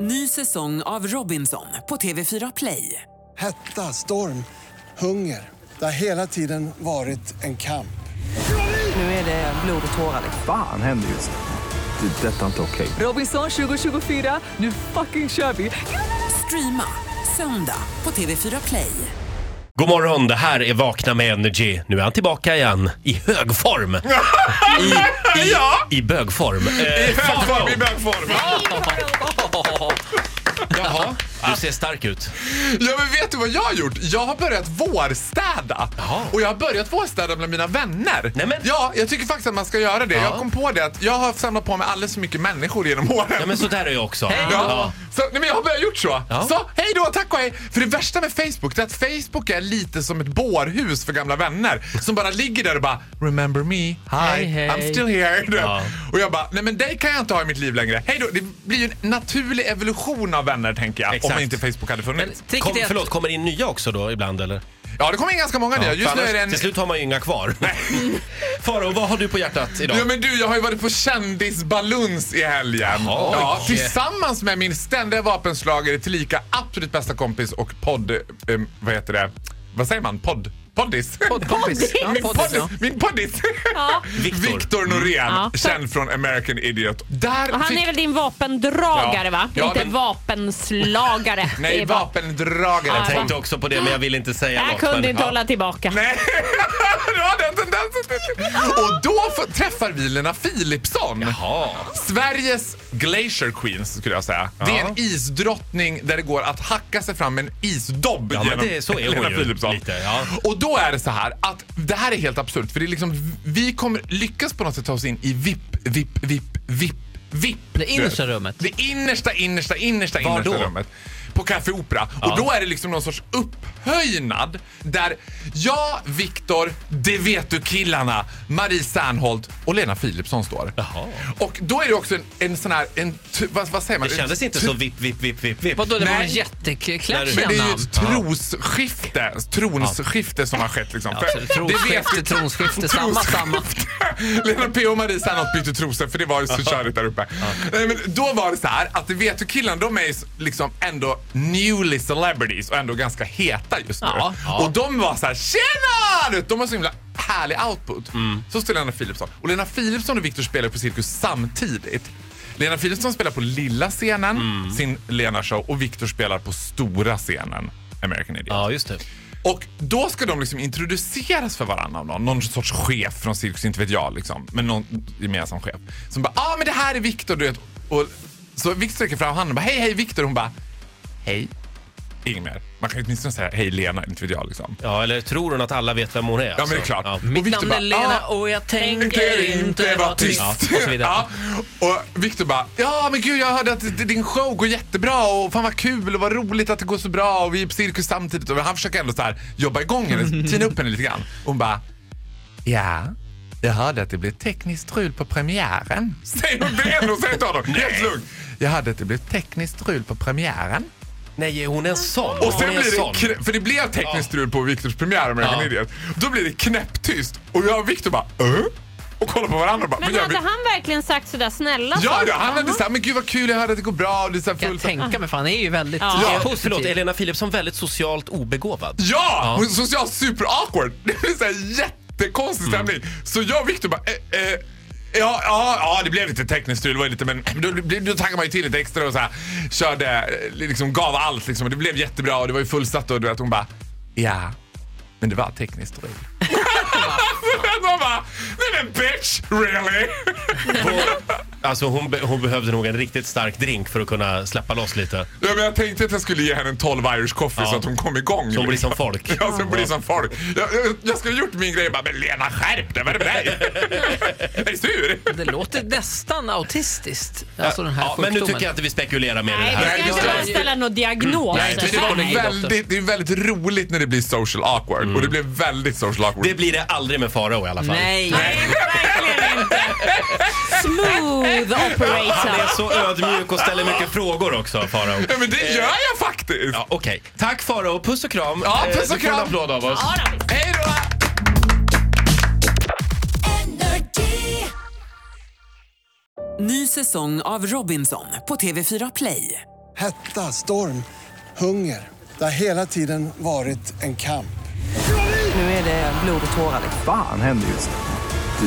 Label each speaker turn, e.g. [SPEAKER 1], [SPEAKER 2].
[SPEAKER 1] Ny säsong av Robinson på TV4 Play.
[SPEAKER 2] Hetta, storm, hunger. Det har hela tiden varit en kamp.
[SPEAKER 1] Nu är det blod och tårar. liksom.
[SPEAKER 3] Fan händer just nu. Det. är Detta är inte okej.
[SPEAKER 1] Robinson 2024, nu fucking kör vi! Streama söndag på TV4 Play.
[SPEAKER 4] God morgon, det här är Vakna med Energy. Nu är han tillbaka igen, i hög form. I, i, i bögform. Eh,
[SPEAKER 5] I högform, i
[SPEAKER 4] Farao.
[SPEAKER 5] bögform. Jaha.
[SPEAKER 4] Du ser stark ut.
[SPEAKER 5] Ja, men vet du vad jag har gjort? Jag har börjat vårstäda.
[SPEAKER 4] Jaha.
[SPEAKER 5] Och jag har börjat vårstäda bland mina vänner.
[SPEAKER 4] Nej, men-
[SPEAKER 5] Ja, jag tycker faktiskt att man ska göra det. Jag kom på det att jag har samlat på mig alldeles för mycket människor genom åren.
[SPEAKER 4] Ja, men så där är jag också.
[SPEAKER 5] Ja. Så, nej men jag har börjat gjort så.
[SPEAKER 4] Ja.
[SPEAKER 5] Så, hej då, tack och hej. För det värsta med Facebook det är att Facebook är lite som ett bårhus för gamla vänner som bara ligger där och bara “Remember me? Hi,
[SPEAKER 4] Hej, hej.
[SPEAKER 5] I'm still here”.
[SPEAKER 4] Ja.
[SPEAKER 5] Och jag bara “Nej men dig kan jag inte ha i mitt liv längre. Hej då”. Det blir ju en naturlig evolution av vänner tänker jag.
[SPEAKER 4] Exakt.
[SPEAKER 5] Om inte Facebook hade
[SPEAKER 4] Men
[SPEAKER 5] funnits.
[SPEAKER 4] Kom, förlåt, kommer det in nya också då ibland eller?
[SPEAKER 5] Ja, det kommer in ganska många nya. Just
[SPEAKER 4] För
[SPEAKER 5] nu är
[SPEAKER 4] annars-
[SPEAKER 5] det en...
[SPEAKER 4] Till slut har man ju inga kvar. Farao, vad har du på hjärtat idag?
[SPEAKER 5] Ja, men du, jag har ju varit på kändisbaluns i helgen.
[SPEAKER 4] Jaha,
[SPEAKER 5] ja,
[SPEAKER 4] oj.
[SPEAKER 5] tillsammans med min ständiga vapenslagare tillika absolut bästa kompis och podd... ehm, vad heter det? Vad säger man? Podd? Poddis?
[SPEAKER 6] Poddis. Ja,
[SPEAKER 5] Min
[SPEAKER 6] poddis,
[SPEAKER 5] poddis!
[SPEAKER 6] ja. Mm.
[SPEAKER 5] Min poddis.
[SPEAKER 4] Viktor.
[SPEAKER 5] Viktor Norén,
[SPEAKER 6] Ja.
[SPEAKER 5] känd från American Idiot. Där
[SPEAKER 6] Och han
[SPEAKER 5] fick-
[SPEAKER 6] är väl din vapendragare
[SPEAKER 5] Ja.
[SPEAKER 6] va?
[SPEAKER 5] Ja,
[SPEAKER 6] Inte
[SPEAKER 5] men-
[SPEAKER 6] vapenslagare. Det
[SPEAKER 5] Nej,
[SPEAKER 6] är va-
[SPEAKER 5] vapendragare.
[SPEAKER 4] Jag tänkte också på det men jag vill inte säga
[SPEAKER 6] Jag
[SPEAKER 4] något.
[SPEAKER 6] kunde
[SPEAKER 4] men,
[SPEAKER 6] inte
[SPEAKER 4] ja.
[SPEAKER 6] hålla tillbaka.
[SPEAKER 5] Nej, du har den tendensen. till- Och då f- träffar vi Lena Philipsson.
[SPEAKER 4] Jaha.
[SPEAKER 5] Sveriges Glacier Queens skulle jag säga. Det är en isdrottning där det går att hacka sig fram med en isdobb
[SPEAKER 4] Ja, men
[SPEAKER 5] genom
[SPEAKER 4] det- så är hon
[SPEAKER 5] Helena
[SPEAKER 4] ju
[SPEAKER 5] Philipsson.
[SPEAKER 4] lite, ja.
[SPEAKER 5] Och då är det så här att det här är helt absurt för det är liksom vi kommer lyckas på något sätt ta oss in i VIP, VIP, VIP, VIP, VIP.
[SPEAKER 7] Det innersta rummet.
[SPEAKER 5] Det innersta, innersta, innersta,
[SPEAKER 4] Var
[SPEAKER 5] innersta
[SPEAKER 4] då?
[SPEAKER 5] rummet. På Café Opera. Och då är det liksom någon sorts upphöjnad där jag, Viktor, Det vet du-killarna, Marie Serneholt och Lena Philipsson står.
[SPEAKER 4] Jaha.
[SPEAKER 5] Och då är det också en, en sån här, en, t- vad, vad säger man?
[SPEAKER 4] Det kändes inte så vipp, vipp, vipp, vipp, vipp.
[SPEAKER 7] Vadå, det var
[SPEAKER 5] Nej.
[SPEAKER 7] en jätteklapp
[SPEAKER 4] Nej,
[SPEAKER 5] Men det är ju ett
[SPEAKER 4] Ja.
[SPEAKER 5] trosskifte, tronsskifte som har skett liksom. För
[SPEAKER 7] Tronsskifte, tronsskifte, samma, samma.
[SPEAKER 5] Lena P och Marie Serneholt byter trosor för det var ju så körigt där uppe. Nej, men då var det så här att vet du killen de är ju liksom ändå newly celebrities och ändå ganska heta just nu.
[SPEAKER 7] Ja, ja.
[SPEAKER 5] Och de var så här tjena! Du vet, De var så himla härlig output.
[SPEAKER 7] Mm.
[SPEAKER 5] Så stod Lena Philipsson. Och Lena Philipsson och Victor spelar på Cirkus samtidigt. Lena Philipsson spelar på lilla scenen,
[SPEAKER 7] Mm.
[SPEAKER 5] sin Lena-show, och Victor spelar på stora scenen, American Idiot.
[SPEAKER 4] Ja, just det.
[SPEAKER 5] Och då ska de liksom introduceras för varandra av någon. Någon sorts chef från Cirkus, inte vet jag liksom. Men någon gemensam chef. Som bara, ja ah, men det här är Viktor du vet. Och så Viktor sträcker fram handen och bara, hej hej Viktor. Hon bara, hej. Inget mer. Man kan ju åtminstone säga, hej Lena, inte vet jag liksom.
[SPEAKER 4] Ja, eller tror hon att alla vet vem hon är? alltså?
[SPEAKER 5] Ja men det är klart.
[SPEAKER 4] Ja.
[SPEAKER 5] Och
[SPEAKER 7] Mitt
[SPEAKER 5] Victor
[SPEAKER 7] namn är
[SPEAKER 5] bara, "Ah."
[SPEAKER 7] Lena och jag tänker inte vara tyst.
[SPEAKER 5] Ja,
[SPEAKER 7] och så vidare.
[SPEAKER 5] och Victor bara, ja men gud jag hörde att d- din show går jättebra och fan vad kul och vad roligt att det går så bra och vi är på cirkus samtidigt. Och han försöker ändå så här jobba igång henne, tina upp henne lite grann. Och hon bara, ja. Jag hörde att det blev tekniskt strul på premiären. Säger hon det ändå? Säger inte honom. Helt lugnt. Jag hörde att det blev tekniskt strul på premiären.
[SPEAKER 4] Nej, är hon en sån?
[SPEAKER 5] Och
[SPEAKER 4] Hon
[SPEAKER 5] sen
[SPEAKER 4] är en
[SPEAKER 5] blir
[SPEAKER 4] sån.
[SPEAKER 5] det knä- för det blev tekniskt strul på Viktors premiär med
[SPEAKER 4] Ja.
[SPEAKER 5] ja. Idiot. Då blir det knäpptyst och jag och Viktor bara äh? och kollar på varandra och bara,
[SPEAKER 6] Men
[SPEAKER 5] gör
[SPEAKER 6] hade
[SPEAKER 5] vi-
[SPEAKER 6] han verkligen sagt sådär snälla
[SPEAKER 5] Ja,
[SPEAKER 6] saker?
[SPEAKER 5] ja, han hade
[SPEAKER 6] Jaha.
[SPEAKER 5] såhär, men gud vad kul, jag hörde att det går bra och det är så här
[SPEAKER 7] Jag
[SPEAKER 5] full...
[SPEAKER 7] tänka mig, fan det är ju väldigt
[SPEAKER 6] Ja.
[SPEAKER 7] ja.
[SPEAKER 4] Ja, Eh, förlåt, är
[SPEAKER 7] positivt.
[SPEAKER 4] Lena Philipsson väldigt socialt obegåvad?
[SPEAKER 5] Ja! Hon är socialt super awkward. Det blir såhär jättekonstig stämning. Så jag och Viktor bara, eh, eh, Ja, ja, ja, det blev lite tekniskt strul, det var ju lite, men då, då, då taggade man ju till lite extra och så här, körde, eh, liksom gav allt liksom. Och det blev jättebra och det var ju fullsatt och du vet, hon bara, ja, men det var tekniskt strul. Man bara, nej men bitch, really?
[SPEAKER 4] Hon, alltså hon, be- hon behövde nog en riktigt stark drink för att kunna släppa loss lite.
[SPEAKER 5] Ja, men jag tänkte att jag skulle ge henne en 12 Irish coffee så att hon kom igång. liksom.
[SPEAKER 4] Så hon blir som folk.
[SPEAKER 5] Ja, så hon blir som folk. Jag, jag, jag skulle ha gjort min grej bara, men Lena skärp dig, vad är det med dig? är du sur?
[SPEAKER 7] Det låter nästan autistiskt. Alltså den här
[SPEAKER 4] Ja, men
[SPEAKER 7] sjukdomen.
[SPEAKER 4] nu tycker jag inte vi spekulerar mer i det
[SPEAKER 6] Nej,
[SPEAKER 4] här.
[SPEAKER 6] vi
[SPEAKER 5] Nej,
[SPEAKER 6] ska inte
[SPEAKER 5] jag-
[SPEAKER 6] behöva ställa någon diagnos.
[SPEAKER 7] Nej,
[SPEAKER 5] Men
[SPEAKER 7] det
[SPEAKER 5] det,
[SPEAKER 7] var
[SPEAKER 5] var
[SPEAKER 7] det.
[SPEAKER 5] väldigt, det är väldigt roligt när det blir social awkward. Och det blev väldigt social awkward.
[SPEAKER 4] Mm. Det blir det aldrig med Farao i alla fall.
[SPEAKER 7] Nej.
[SPEAKER 6] verkligen inte. Smooth
[SPEAKER 4] Han är
[SPEAKER 6] operator.
[SPEAKER 4] så ödmjuk och ställer mycket frågor också, Farao.
[SPEAKER 5] Ja, men det gör jag faktiskt.
[SPEAKER 4] Eh. Ja, Okej, tack Farao. Puss och kram.
[SPEAKER 5] Ja,
[SPEAKER 4] Eh,
[SPEAKER 5] puss och
[SPEAKER 4] du får en
[SPEAKER 5] kram.
[SPEAKER 4] applåd av oss.
[SPEAKER 6] Ja, då.
[SPEAKER 5] Hej då!
[SPEAKER 1] Ny säsong av Robinson på TV4 Play.
[SPEAKER 2] hetta, storm, hunger. Det har hela tiden varit en kamp.
[SPEAKER 1] Nu är det blod och tårar.
[SPEAKER 3] Fan händer just nu.